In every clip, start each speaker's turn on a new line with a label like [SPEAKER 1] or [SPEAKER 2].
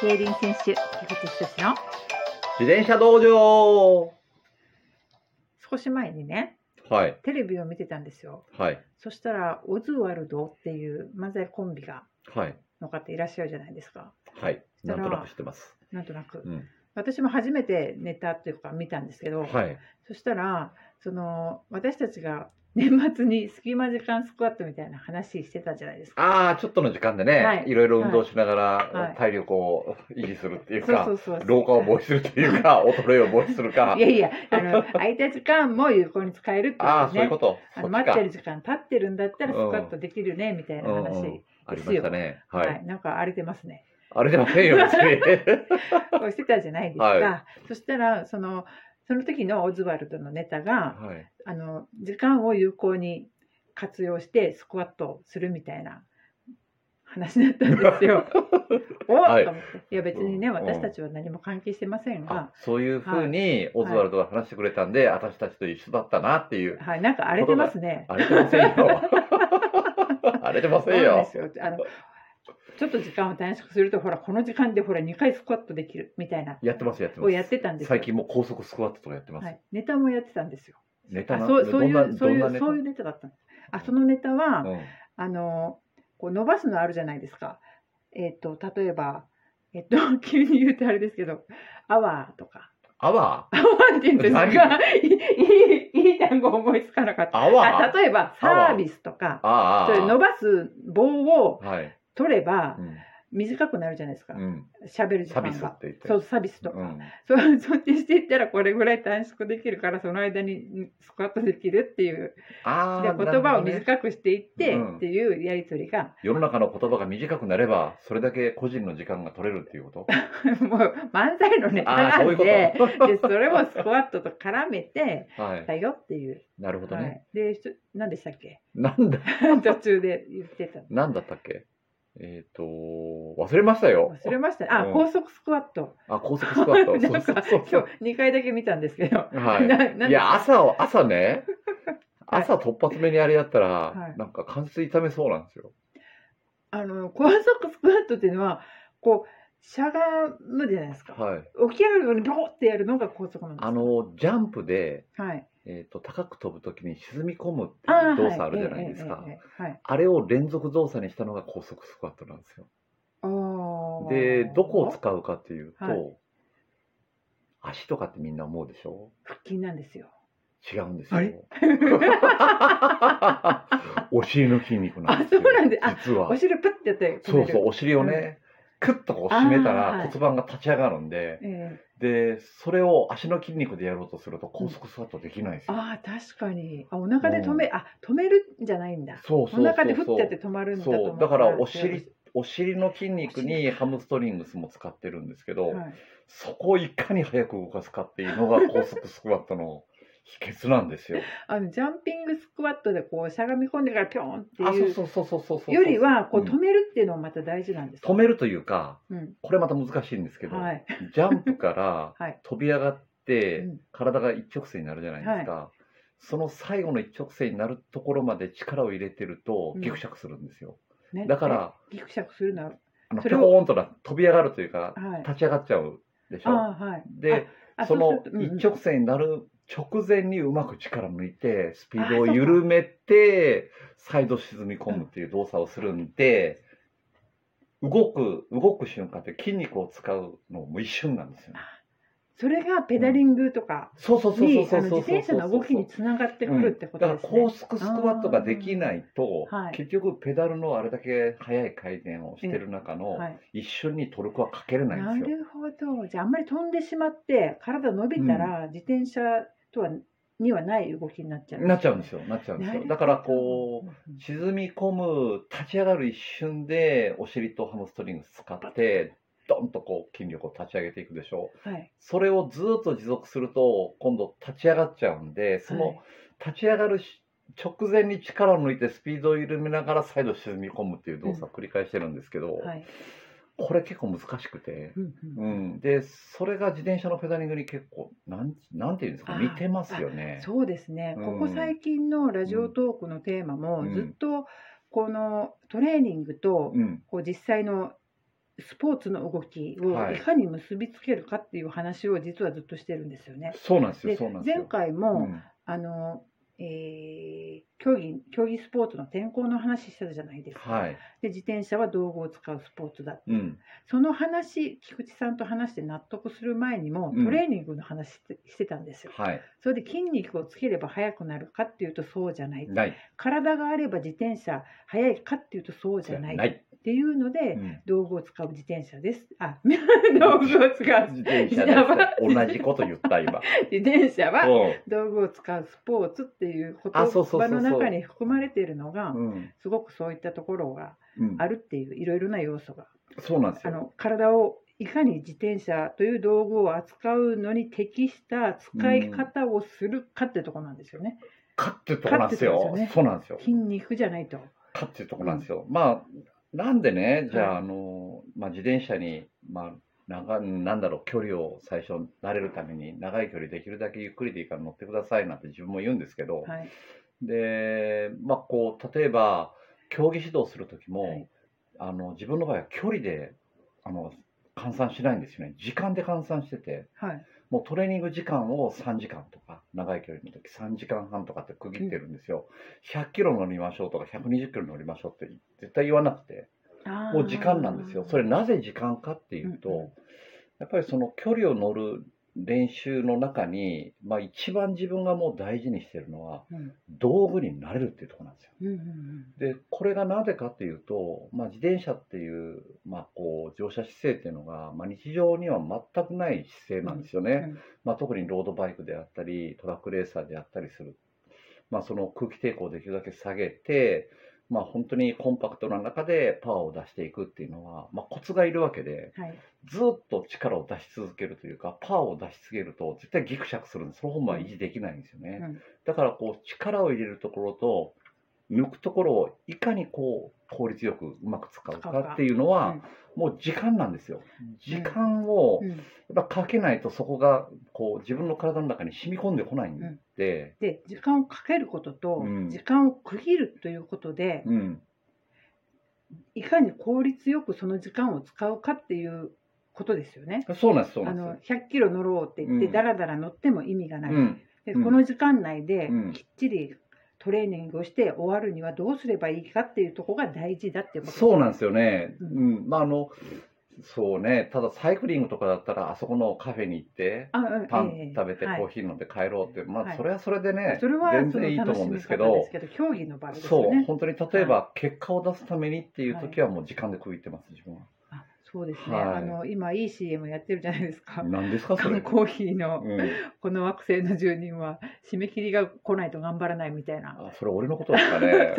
[SPEAKER 1] 競輪選手、樋口仁の
[SPEAKER 2] 自転車道場
[SPEAKER 1] 少し前にね、
[SPEAKER 2] はい、
[SPEAKER 1] テレビを見てたんですよ。
[SPEAKER 2] はい、
[SPEAKER 1] そしたら、オズワルドっていう漫才コンビが、
[SPEAKER 2] はい、
[SPEAKER 1] の方いらっしゃるじゃないですか。
[SPEAKER 2] はい。
[SPEAKER 1] した
[SPEAKER 2] な
[SPEAKER 1] ら
[SPEAKER 2] んとなく知ってます。
[SPEAKER 1] なんとなく
[SPEAKER 2] う。ん。
[SPEAKER 1] 私も初めてネタというか見たんですけど、
[SPEAKER 2] はい、
[SPEAKER 1] そしたら、その、私たちが年末に隙間時間スクワットみたいな話してたじゃないですか。
[SPEAKER 2] ああ、ちょっとの時間でね、
[SPEAKER 1] はい
[SPEAKER 2] い、ろいろ運動しながら、
[SPEAKER 1] はい
[SPEAKER 2] 体力を 維持するっていう
[SPEAKER 1] そう
[SPEAKER 2] か、
[SPEAKER 1] そうそう。
[SPEAKER 2] 老化を防止するってい うか、衰えを防止するか
[SPEAKER 1] い。やいや、あの、空いた時間も有効に使えるってことね。
[SPEAKER 2] ああ、そういうこと。
[SPEAKER 1] あ
[SPEAKER 2] そ
[SPEAKER 1] の
[SPEAKER 2] っち
[SPEAKER 1] 待
[SPEAKER 2] か
[SPEAKER 1] ってる時間経ってるんだったらス
[SPEAKER 2] うん
[SPEAKER 1] カッとできるねみたいな
[SPEAKER 2] うん
[SPEAKER 1] 話、
[SPEAKER 2] うんありましたね。は。
[SPEAKER 1] はいい、なんか荒れてますね
[SPEAKER 2] あれではねえよ、別 に。
[SPEAKER 1] こうしてたじゃないですか、
[SPEAKER 2] は
[SPEAKER 1] そしたらそのその時のオズワルドのネタが
[SPEAKER 2] はい、
[SPEAKER 1] あの時間を有効に活用してスクワットをするみたいな話だったんです よおっ、
[SPEAKER 2] はい
[SPEAKER 1] と思っていや別にね
[SPEAKER 2] うん
[SPEAKER 1] 私たちは何も関係してません
[SPEAKER 2] あ
[SPEAKER 1] が、
[SPEAKER 2] そういうふうにオズワルドが話してくれたんで、私たちと一緒だったなっていう。
[SPEAKER 1] はい、なんか荒れてますね
[SPEAKER 2] 荒れてません よ。 荒れてま
[SPEAKER 1] そう
[SPEAKER 2] せん
[SPEAKER 1] なん
[SPEAKER 2] よ
[SPEAKER 1] で。すよ。あのちょっと時間を短縮すると、ほら、この時間でほら、2回スクワットできるみたいな、
[SPEAKER 2] やってます、やってま
[SPEAKER 1] を
[SPEAKER 2] す。
[SPEAKER 1] やってたんですよ。
[SPEAKER 2] 最近もう高速スクワットとかやってます。
[SPEAKER 1] はい、ネタもやってたんですよ。
[SPEAKER 2] ネタ
[SPEAKER 1] あ
[SPEAKER 2] な
[SPEAKER 1] そうそうい
[SPEAKER 2] どん
[SPEAKER 1] う、
[SPEAKER 2] な
[SPEAKER 1] そうい
[SPEAKER 2] どんなネ
[SPEAKER 1] う、
[SPEAKER 2] タ
[SPEAKER 1] そういうネタだったんです。あ、そのネタは、
[SPEAKER 2] うん
[SPEAKER 1] あの、こう伸ばすのあるじゃないですか。えっ、と、例えば、えっ、と、 急に言うとあれですけど、アワーとか。
[SPEAKER 2] アワー
[SPEAKER 1] アワーって言うんですが、いい、い いいい単語思いつかなかった。
[SPEAKER 2] アワー
[SPEAKER 1] あ例えば、サービスとか、
[SPEAKER 2] あ
[SPEAKER 1] そういう伸
[SPEAKER 2] ば
[SPEAKER 1] ばす棒を
[SPEAKER 2] はい、
[SPEAKER 1] 取れば
[SPEAKER 2] う、ん
[SPEAKER 1] 短くなるじゃないですか
[SPEAKER 2] う。ん、
[SPEAKER 1] 喋る時
[SPEAKER 2] サ
[SPEAKER 1] 間
[SPEAKER 2] ビスっ
[SPEAKER 1] が
[SPEAKER 2] て。言って
[SPEAKER 1] そう、サービスと
[SPEAKER 2] う
[SPEAKER 1] か。
[SPEAKER 2] ん、
[SPEAKER 1] そう、そうやってしていったらこれぐらい短縮できるから、その間にスクワットできるっていう。
[SPEAKER 2] あ
[SPEAKER 1] で、
[SPEAKER 2] ー
[SPEAKER 1] 言
[SPEAKER 2] な
[SPEAKER 1] 葉を
[SPEAKER 2] るほどね
[SPEAKER 1] 短くしていって
[SPEAKER 2] うん
[SPEAKER 1] っていうやりとりが、
[SPEAKER 2] 世の中の言葉が短くなればそれだけ個人の時間が取れるっていうこと
[SPEAKER 1] もう漫才のネタ
[SPEAKER 2] ああ
[SPEAKER 1] な
[SPEAKER 2] そうい
[SPEAKER 1] ん
[SPEAKER 2] うこ
[SPEAKER 1] で、
[SPEAKER 2] と
[SPEAKER 1] で、それもスクワットと絡めて、
[SPEAKER 2] はい
[SPEAKER 1] だよっていう。
[SPEAKER 2] なるほど
[SPEAKER 1] は
[SPEAKER 2] ね、
[SPEAKER 1] い。で、ひと何でしたっけ
[SPEAKER 2] なんだ
[SPEAKER 1] 途中で言ってたの。
[SPEAKER 2] なんだったっけえっ、と忘れましたよ
[SPEAKER 1] 忘れましたね。あ、
[SPEAKER 2] うん
[SPEAKER 1] 高速スクワット。
[SPEAKER 2] あ高速スクワット
[SPEAKER 1] なんか、
[SPEAKER 2] そうそうそ
[SPEAKER 1] 今
[SPEAKER 2] う
[SPEAKER 1] 日2回だけ見たんですけど。
[SPEAKER 2] は い
[SPEAKER 1] ななんで
[SPEAKER 2] いや朝を朝ね
[SPEAKER 1] はい
[SPEAKER 2] 朝突発目にあれやったら、
[SPEAKER 1] はい
[SPEAKER 2] なんか関節痛めそうなんですよ
[SPEAKER 1] あの、高速スクワットっていうのは、こう、しゃがむじゃないですか。
[SPEAKER 2] はい
[SPEAKER 1] 起き上がるのにボコってやるのが高速なんです。
[SPEAKER 2] あ、のジャンプで
[SPEAKER 1] はい。
[SPEAKER 2] えー、と高く飛ぶときに沈み込むって
[SPEAKER 1] あ
[SPEAKER 2] い
[SPEAKER 1] ー
[SPEAKER 2] う動作あるじゃないですか、あ,、
[SPEAKER 1] はい。ええええええはい
[SPEAKER 2] れを連続動作にしたのが高速スクワットなんですよ
[SPEAKER 1] おー
[SPEAKER 2] でどこを使うかっていうと、
[SPEAKER 1] は
[SPEAKER 2] 足とかってみんな思うでしょ
[SPEAKER 1] 腹筋なんですよ。
[SPEAKER 2] 違うんですよ
[SPEAKER 1] あ れ
[SPEAKER 2] お尻の筋肉なんですよ
[SPEAKER 1] あそうなんであ
[SPEAKER 2] 実は
[SPEAKER 1] お尻プッてやって。
[SPEAKER 2] そう
[SPEAKER 1] 止める
[SPEAKER 2] そう。お尻をね、クッとこう締めた
[SPEAKER 1] あーは
[SPEAKER 2] ら
[SPEAKER 1] い
[SPEAKER 2] 骨盤が立ち上がるんで、
[SPEAKER 1] ええ
[SPEAKER 2] でそれを足の筋肉でやろうとすると高速スクワットできないんですよ、
[SPEAKER 1] ああ、確かに。あ、お腹で止め、あ、止めるんじゃないんだ。
[SPEAKER 2] そうそうそうそう
[SPEAKER 1] お腹でふってやって止まるんだと思
[SPEAKER 2] そうだからお尻お尻の筋肉にハムストリングスも使ってるんですけど、
[SPEAKER 1] はい
[SPEAKER 2] そこをいかに早く動かすかっていうの が高速スクワットの秘訣なんですよ。
[SPEAKER 1] あの、ジャンピングスクワットでこう、しゃがみ込んでからピョーンって
[SPEAKER 2] あそう
[SPEAKER 1] いう
[SPEAKER 2] そうそうそうそうそう
[SPEAKER 1] よりは、こう、
[SPEAKER 2] うん
[SPEAKER 1] 止めるっていうのもまた大事なんです
[SPEAKER 2] 止めるというか
[SPEAKER 1] うん。
[SPEAKER 2] これまた難しいんですけど、
[SPEAKER 1] はい。
[SPEAKER 2] ジャンプから
[SPEAKER 1] はい
[SPEAKER 2] 飛び上がって、
[SPEAKER 1] うん
[SPEAKER 2] 体が一直線になるじゃないですか、その最後の一直線になるところまで力を入れてると
[SPEAKER 1] うん
[SPEAKER 2] ギクシャクするんですよ、
[SPEAKER 1] ね
[SPEAKER 2] だから、、
[SPEAKER 1] ギクシャクするな。は
[SPEAKER 2] あの
[SPEAKER 1] そ
[SPEAKER 2] ピ
[SPEAKER 1] れを
[SPEAKER 2] ョコーンとな飛び上がるというか、
[SPEAKER 1] い。
[SPEAKER 2] 立ち上がっちゃうでし
[SPEAKER 1] あ
[SPEAKER 2] ょ、
[SPEAKER 1] あ、はい。
[SPEAKER 2] で
[SPEAKER 1] あ、
[SPEAKER 2] その
[SPEAKER 1] うするとうんうん
[SPEAKER 2] 一直線になる直前にうまく力抜いてスピードを緩めて再度沈み込むっていう動作をするんで動く動く瞬間って筋肉を使うのも一瞬なんですよね。
[SPEAKER 1] それがペダリングとか
[SPEAKER 2] そうそうそう
[SPEAKER 1] に、
[SPEAKER 2] そ
[SPEAKER 1] あ
[SPEAKER 2] う
[SPEAKER 1] の
[SPEAKER 2] そう
[SPEAKER 1] 自
[SPEAKER 2] そうそ
[SPEAKER 1] 転
[SPEAKER 2] う
[SPEAKER 1] 車の動きにつながってくるってこと
[SPEAKER 2] うん
[SPEAKER 1] で
[SPEAKER 2] だ
[SPEAKER 1] す
[SPEAKER 2] から
[SPEAKER 1] ね。
[SPEAKER 2] 高速スクワットができないと、
[SPEAKER 1] あーはい
[SPEAKER 2] 結局ペダルのあれだけ速い回転をしてる中の
[SPEAKER 1] はい、
[SPEAKER 2] 一瞬にトルクはかけれない
[SPEAKER 1] なん
[SPEAKER 2] ですよ。
[SPEAKER 1] るほど。じゃああんまり飛んでしまって体伸びたら、自転車とはにはない動きになっちゃう。
[SPEAKER 2] なっちゃうんですよなっちゃうんですよ。だからこう
[SPEAKER 1] う
[SPEAKER 2] 沈み込む立ち上がる一瞬でお尻とハムストリングス使ってドンとこう筋力を立ち上げていくでしょ
[SPEAKER 1] ん、はい。
[SPEAKER 2] それをずっと持続すると今度立ち上がっちゃうんでそ
[SPEAKER 1] はい
[SPEAKER 2] の立ち上がるし直前に力を抜いてスピードを緩めながら再度沈み込むっていう動作を繰り返してるんですけど、
[SPEAKER 1] はい。
[SPEAKER 2] これ結構難しくて、
[SPEAKER 1] うんうん
[SPEAKER 2] うん、でそれが自転車のペダリングに結構なんなんていうんです
[SPEAKER 1] あ
[SPEAKER 2] か
[SPEAKER 1] ー
[SPEAKER 2] 似てますよね。
[SPEAKER 1] そうですね、
[SPEAKER 2] うん
[SPEAKER 1] ここ最近のラジオトークのテーマも、
[SPEAKER 2] うん
[SPEAKER 1] ずっとこのトレーニングと、
[SPEAKER 2] うん
[SPEAKER 1] こう実際のスポーツの動き
[SPEAKER 2] は
[SPEAKER 1] を
[SPEAKER 2] い
[SPEAKER 1] いかに結びつけるかっていう話を実はずっとしてるんですよね。
[SPEAKER 2] そうなんですよ、
[SPEAKER 1] で
[SPEAKER 2] そうなんですよ。
[SPEAKER 1] 前回も、
[SPEAKER 2] うん
[SPEAKER 1] あの、えー競技競技スポーツの転向の話してたじゃないですか、
[SPEAKER 2] はい。
[SPEAKER 1] で自転車は道具を使うスポーツだって
[SPEAKER 2] うん。
[SPEAKER 1] その話菊池さんと話して納得する前にも
[SPEAKER 2] うん
[SPEAKER 1] トレーニングの話してしてたんですよ、
[SPEAKER 2] はい。
[SPEAKER 1] それで筋肉をつければ速くなるかっていうとそうじゃない
[SPEAKER 2] ない。
[SPEAKER 1] 体があれば自転車速いかっていうとそうじゃない
[SPEAKER 2] ない。
[SPEAKER 1] っていうので、
[SPEAKER 2] うん
[SPEAKER 1] 道具を使う自転車ですあ 道具を使う
[SPEAKER 2] 自転車で
[SPEAKER 1] やばい
[SPEAKER 2] 同じこと言った 今。
[SPEAKER 1] 自転車は
[SPEAKER 2] う
[SPEAKER 1] 道具を使うスポーツっていう言
[SPEAKER 2] あそうそうそうそ
[SPEAKER 1] 葉
[SPEAKER 2] う
[SPEAKER 1] の中に含まれているのが
[SPEAKER 2] ん。うん。
[SPEAKER 1] すごくそういったところが
[SPEAKER 2] うん
[SPEAKER 1] あるっていういろいろな要素が
[SPEAKER 2] そうなんです
[SPEAKER 1] あ
[SPEAKER 2] よ。
[SPEAKER 1] の体をいかに自転車という道具を扱うのに適した使い方をするかってとこなんですよね、
[SPEAKER 2] かってとこなんですよ
[SPEAKER 1] 勝ってとこですよね。
[SPEAKER 2] そうなんですよ。
[SPEAKER 1] 筋肉じゃないと。
[SPEAKER 2] かっていうところなんですよ。まあ、なんでね、じゃあ、
[SPEAKER 1] はい
[SPEAKER 2] あの、まあ、自転車に、まあ、長なんだろう距離を最初慣れるために長い距離できるだけゆっくりでいいから乗ってくださいなんて自分も言うんですけど、
[SPEAKER 1] はい
[SPEAKER 2] でまあこう例えば競技指導する時も、
[SPEAKER 1] はい
[SPEAKER 2] あの自分の場合は距離であの換算しないんですよね時間で換算してて
[SPEAKER 1] はい
[SPEAKER 2] もうトレーニング時間を3時間とか長い距離の時3時間半とかって区切ってるんですよ、100キロ乗りましょうとか120キロ乗りましょうって絶対言わなくて
[SPEAKER 1] あー
[SPEAKER 2] もう時間なんですよそれなぜ時間かっていうと、
[SPEAKER 1] うんうん
[SPEAKER 2] やっぱりその距離を乗る練習の中に、まあ、一番自分がもう大事にしてるのは
[SPEAKER 1] うん
[SPEAKER 2] 道具になれるっていうところなんですよ
[SPEAKER 1] うんうん
[SPEAKER 2] でこれがなぜかっていうと、まあ、自転車っていう,、まあ、こう乗車姿勢っていうのが、まあ、日常には全くない姿勢なんですよね、
[SPEAKER 1] うんうん
[SPEAKER 2] まあ、特にロードバイクであったりトラックレーサーであったりする、まあ、その空気抵抗をできるだけ下げて、まあ、本当にコンパクトな中でパワーを出していくっていうのは、まあ、コツがいるわけで
[SPEAKER 1] うんはい
[SPEAKER 2] ずっと力を出し続けるというかパワーを出し続けると絶対ギクシャクするんですその本は維持できないんですよね。
[SPEAKER 1] うん
[SPEAKER 2] だからこう力を入れるところと抜くところをいかにこう効率よくうまく使うかっていうのは、もう時間なんですよ。時間を
[SPEAKER 1] うん
[SPEAKER 2] やっぱかけないとそこがこう自分の体の中に染み込んでこないんで、
[SPEAKER 1] で時間をかけることと
[SPEAKER 2] うん
[SPEAKER 1] 時間を区切るということで、
[SPEAKER 2] うん
[SPEAKER 1] いかに効率よくその時間を使うかっていうことですよね。
[SPEAKER 2] そうなんですそうな
[SPEAKER 1] あ
[SPEAKER 2] んで
[SPEAKER 1] の100キロ乗ろうって言って、
[SPEAKER 2] うん
[SPEAKER 1] だらだら乗っても意味がな
[SPEAKER 2] す。
[SPEAKER 1] い、
[SPEAKER 2] うん
[SPEAKER 1] で
[SPEAKER 2] うん
[SPEAKER 1] この時間内で
[SPEAKER 2] うん
[SPEAKER 1] きっちりトレーニングをして終わるにはどうすればいいかっていうところが大事だってこと
[SPEAKER 2] そうなんですよね。う
[SPEAKER 1] うん
[SPEAKER 2] ん、まああのそうね。ただサイクリングとかだったらあそこのカフェに行って。
[SPEAKER 1] あ、うん
[SPEAKER 2] パ
[SPEAKER 1] え
[SPEAKER 2] ン
[SPEAKER 1] え
[SPEAKER 2] 食べて
[SPEAKER 1] はい
[SPEAKER 2] コーヒー飲んで帰ろうって、ま
[SPEAKER 1] は
[SPEAKER 2] あ
[SPEAKER 1] い
[SPEAKER 2] それはそれでね、
[SPEAKER 1] それは
[SPEAKER 2] 全
[SPEAKER 1] その
[SPEAKER 2] 然いいと
[SPEAKER 1] 楽し
[SPEAKER 2] 思うんで
[SPEAKER 1] み
[SPEAKER 2] すけ
[SPEAKER 1] 方
[SPEAKER 2] ど
[SPEAKER 1] ですけど競技の場合です
[SPEAKER 2] そ
[SPEAKER 1] よ
[SPEAKER 2] う、
[SPEAKER 1] ね。
[SPEAKER 2] 本当に例えば結果を出すためにっていう時はもう時間で区切ってます、自分は。
[SPEAKER 1] あそうですね、
[SPEAKER 2] はい
[SPEAKER 1] あの今いい CM やってるじゃないですか。
[SPEAKER 2] 何ですか、それ。
[SPEAKER 1] コーヒーの
[SPEAKER 2] うん、
[SPEAKER 1] この惑星の住人は締め切りが来ないと頑張らないみたいな
[SPEAKER 2] あそれ俺のことです かね。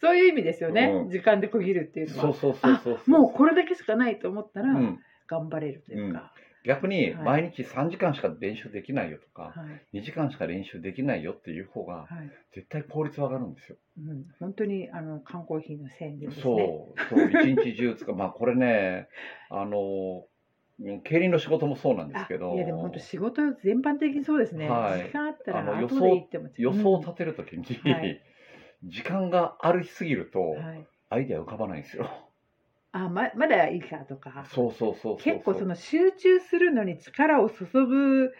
[SPEAKER 1] そういう意味ですよね、
[SPEAKER 2] うん
[SPEAKER 1] 時間で区切るっていうのは
[SPEAKER 2] そうそうそうそうそう。
[SPEAKER 1] もうこれだけしかないと思ったら
[SPEAKER 2] うん、
[SPEAKER 1] 頑張れるというか、
[SPEAKER 2] 逆に
[SPEAKER 1] はい
[SPEAKER 2] 毎日3時間しか練習できないよとか、
[SPEAKER 1] はい
[SPEAKER 2] 2時間しか練習できないよっていう方
[SPEAKER 1] は
[SPEAKER 2] が
[SPEAKER 1] い
[SPEAKER 2] 絶対効率は上がるんですよ。
[SPEAKER 1] うん、本当にあの缶コーヒーの宣言ですね。
[SPEAKER 2] そう、そう、1日中つか、まあこれね、あの、競輪の仕事もそうなんですけ
[SPEAKER 1] あ
[SPEAKER 2] ど、
[SPEAKER 1] いやでも本当仕事全般的にそうですね。
[SPEAKER 2] はい
[SPEAKER 1] 時間あった
[SPEAKER 2] あの
[SPEAKER 1] ら
[SPEAKER 2] 予
[SPEAKER 1] 後
[SPEAKER 2] 想
[SPEAKER 1] で行っても
[SPEAKER 2] 予想を
[SPEAKER 1] と
[SPEAKER 2] 立てるときに、
[SPEAKER 1] うんはい
[SPEAKER 2] 時間がありすぎると、
[SPEAKER 1] はい。
[SPEAKER 2] アイデア浮かばないんですよ。
[SPEAKER 1] あままだいいかとか。
[SPEAKER 2] そうそうそうそう
[SPEAKER 1] 結構その集中するのに力を注ぐ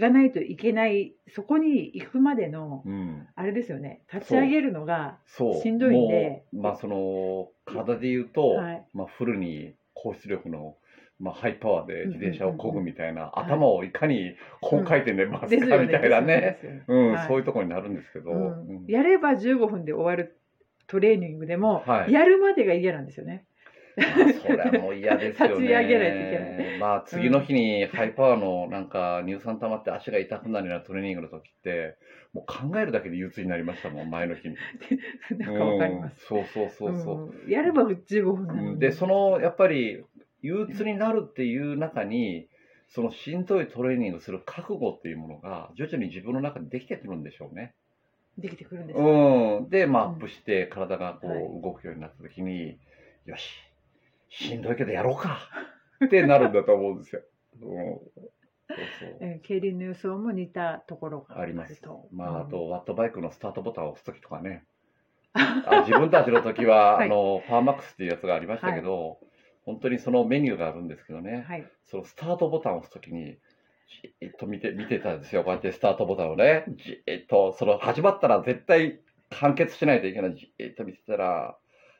[SPEAKER 1] がないといけないそこに行くまでの
[SPEAKER 2] うん
[SPEAKER 1] あれですよね。立ち上げるのが
[SPEAKER 2] そう
[SPEAKER 1] しんどいんで
[SPEAKER 2] もうまあその体で言うと、
[SPEAKER 1] はい
[SPEAKER 2] まあフルに高出力のまあハイパワーで自転車を漕ぐみたい
[SPEAKER 1] ん
[SPEAKER 2] な、
[SPEAKER 1] うん
[SPEAKER 2] 頭をいかに高回転で回
[SPEAKER 1] ですす
[SPEAKER 2] か
[SPEAKER 1] よ
[SPEAKER 2] み
[SPEAKER 1] ね。
[SPEAKER 2] たいな
[SPEAKER 1] で
[SPEAKER 2] ね、
[SPEAKER 1] すよね
[SPEAKER 2] うん、
[SPEAKER 1] はい
[SPEAKER 2] そういうところになるんですけど、
[SPEAKER 1] うん
[SPEAKER 2] うん
[SPEAKER 1] やれば15分で終わるトレーニングでも、
[SPEAKER 2] はい、
[SPEAKER 1] やるまでが嫌なんですよね。
[SPEAKER 2] まあそれはもう嫌ですよね。
[SPEAKER 1] 立ち上げないといけ
[SPEAKER 2] ない。まあ次の日にハイパワーのなんか乳酸溜まって足が痛くなるようなトレーニングの時って、もう考えるだけで憂鬱になりましたもん、前の日に。
[SPEAKER 1] なんかわかります。
[SPEAKER 2] うんそうそうそうそう。
[SPEAKER 1] うんやれば15分なのに
[SPEAKER 2] でそのやっぱり憂鬱になるっていう中にそのしんどいトレーニングする覚悟っていうものが徐々に自分の中でできてくるんでしょうね。
[SPEAKER 1] できてくるんですよ
[SPEAKER 2] うん、で、まあ、ア
[SPEAKER 1] うん
[SPEAKER 2] ップして体がこ
[SPEAKER 1] は
[SPEAKER 2] う動くようになった時に、よししんどいけどやろうかってなるんだと思うんですよ。 うん、そうそう
[SPEAKER 1] えー競輪の予想も似たところが
[SPEAKER 2] あります
[SPEAKER 1] ると。
[SPEAKER 2] まあ、あ
[SPEAKER 1] うん
[SPEAKER 2] と、ワットバイクのスタートボタンを押す時とか ね。あ自分たちの時は、
[SPEAKER 1] はい
[SPEAKER 2] あの、パーマックスっていうやつがありましたけど、本当にそのメニューがあるんですけどね、
[SPEAKER 1] はい。
[SPEAKER 2] そのスタートボタンを押すときに、じーっと見て、見てたんですよ。こうやってスタートボタンをね、じーっと、その始まったら絶対完結しないといけない、じーっと見てたら、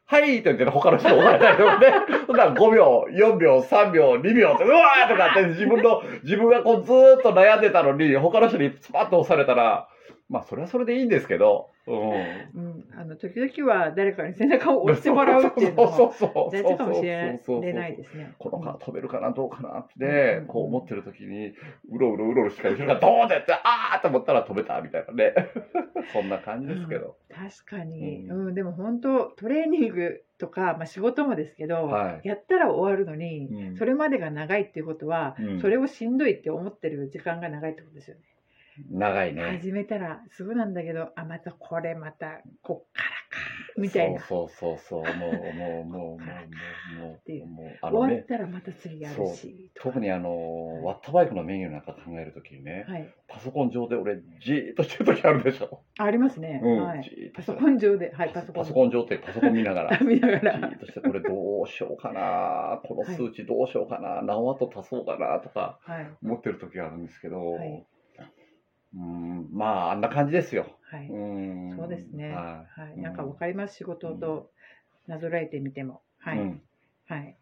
[SPEAKER 2] はいと言ってね他の人が終わらないとね。 そんなら5秒、4秒、3秒、2秒って、うわーとかって自分の、自分がこうずーっと悩んでたのに、他の人にスパッと押されたら、まあそれはそれでいいんですけど、うん。
[SPEAKER 1] うん、あの時々は誰かに背中を押してもらうっていうのも
[SPEAKER 2] そうそうそうそう
[SPEAKER 1] 大事かもしれないですね。
[SPEAKER 2] この
[SPEAKER 1] うん
[SPEAKER 2] カード飛べるかな、どうかなって、
[SPEAKER 1] うん
[SPEAKER 2] こう思ってる時に、うろうろうろうろしてる人が、どうだって、あーと思ったら飛べた、みたいなね。そんな感じですけど。
[SPEAKER 1] 確かに、
[SPEAKER 2] う
[SPEAKER 1] うんでも本当トレーニングとか、まあ、仕事もですけど、
[SPEAKER 2] はい
[SPEAKER 1] やったら終わるのに、
[SPEAKER 2] うん
[SPEAKER 1] それまでが長いっていうことは、
[SPEAKER 2] うん
[SPEAKER 1] それをしんどいって思ってる時間が長いってことですよね。
[SPEAKER 2] 長いね。
[SPEAKER 1] 始めたらすぐなんだけどあまたこれまたこっからかみたいな
[SPEAKER 2] そうそうそうそう、もう、もう、もう、もう、もう、も、
[SPEAKER 1] ていうう
[SPEAKER 2] もう、あの
[SPEAKER 1] 終わ
[SPEAKER 2] ね
[SPEAKER 1] っ、たらまた次やるしとか
[SPEAKER 2] 特にあの、ワットバイクのメニューなんか考える時にね、
[SPEAKER 1] はい、
[SPEAKER 2] パソコン上で俺、じーっとしてる時あるでしょ。
[SPEAKER 1] ありますね、
[SPEAKER 2] うん、
[SPEAKER 1] はい、
[SPEAKER 2] じーっと
[SPEAKER 1] パ
[SPEAKER 2] し
[SPEAKER 1] ソ
[SPEAKER 2] てる
[SPEAKER 1] コン上で、はい、パソコン
[SPEAKER 2] パソコン上ってパソコン見ながら。
[SPEAKER 1] 見なが
[SPEAKER 2] じ
[SPEAKER 1] ら
[SPEAKER 2] ーっとしてこれどうしようかな、この数値どうしようかな、何ワット足そうかなとか
[SPEAKER 1] はい
[SPEAKER 2] 思ってる時があるんですけど、
[SPEAKER 1] はい
[SPEAKER 2] うんまああんな感じですよ。
[SPEAKER 1] はい、
[SPEAKER 2] うん
[SPEAKER 1] そうですね。
[SPEAKER 2] は
[SPEAKER 1] はい、
[SPEAKER 2] うん
[SPEAKER 1] なんかわかります。仕事となぞらえてみても。
[SPEAKER 2] い
[SPEAKER 1] はい、
[SPEAKER 2] うん
[SPEAKER 1] はい。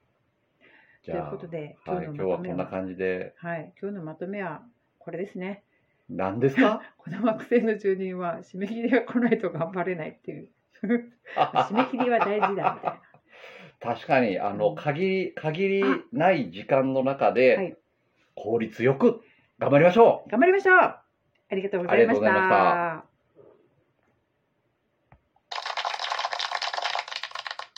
[SPEAKER 1] と
[SPEAKER 2] じ
[SPEAKER 1] いう
[SPEAKER 2] ゃあ
[SPEAKER 1] ことで、
[SPEAKER 2] はい、今日はこんな
[SPEAKER 1] は、
[SPEAKER 2] 感じで
[SPEAKER 1] はい、今日のまとめはこれですね。
[SPEAKER 2] 何ですか
[SPEAKER 1] この惑星の住人は締め切りが来ないと頑張れないって いう。締め切りは大事だみたいな。
[SPEAKER 2] 確かにあ
[SPEAKER 1] う
[SPEAKER 2] の
[SPEAKER 1] ん
[SPEAKER 2] 限り限りない時間の中で、
[SPEAKER 1] はい
[SPEAKER 2] 効率よく頑張りましょう
[SPEAKER 1] 頑張りましょう。ありがとうございま
[SPEAKER 2] ありがとうございまし
[SPEAKER 1] したた。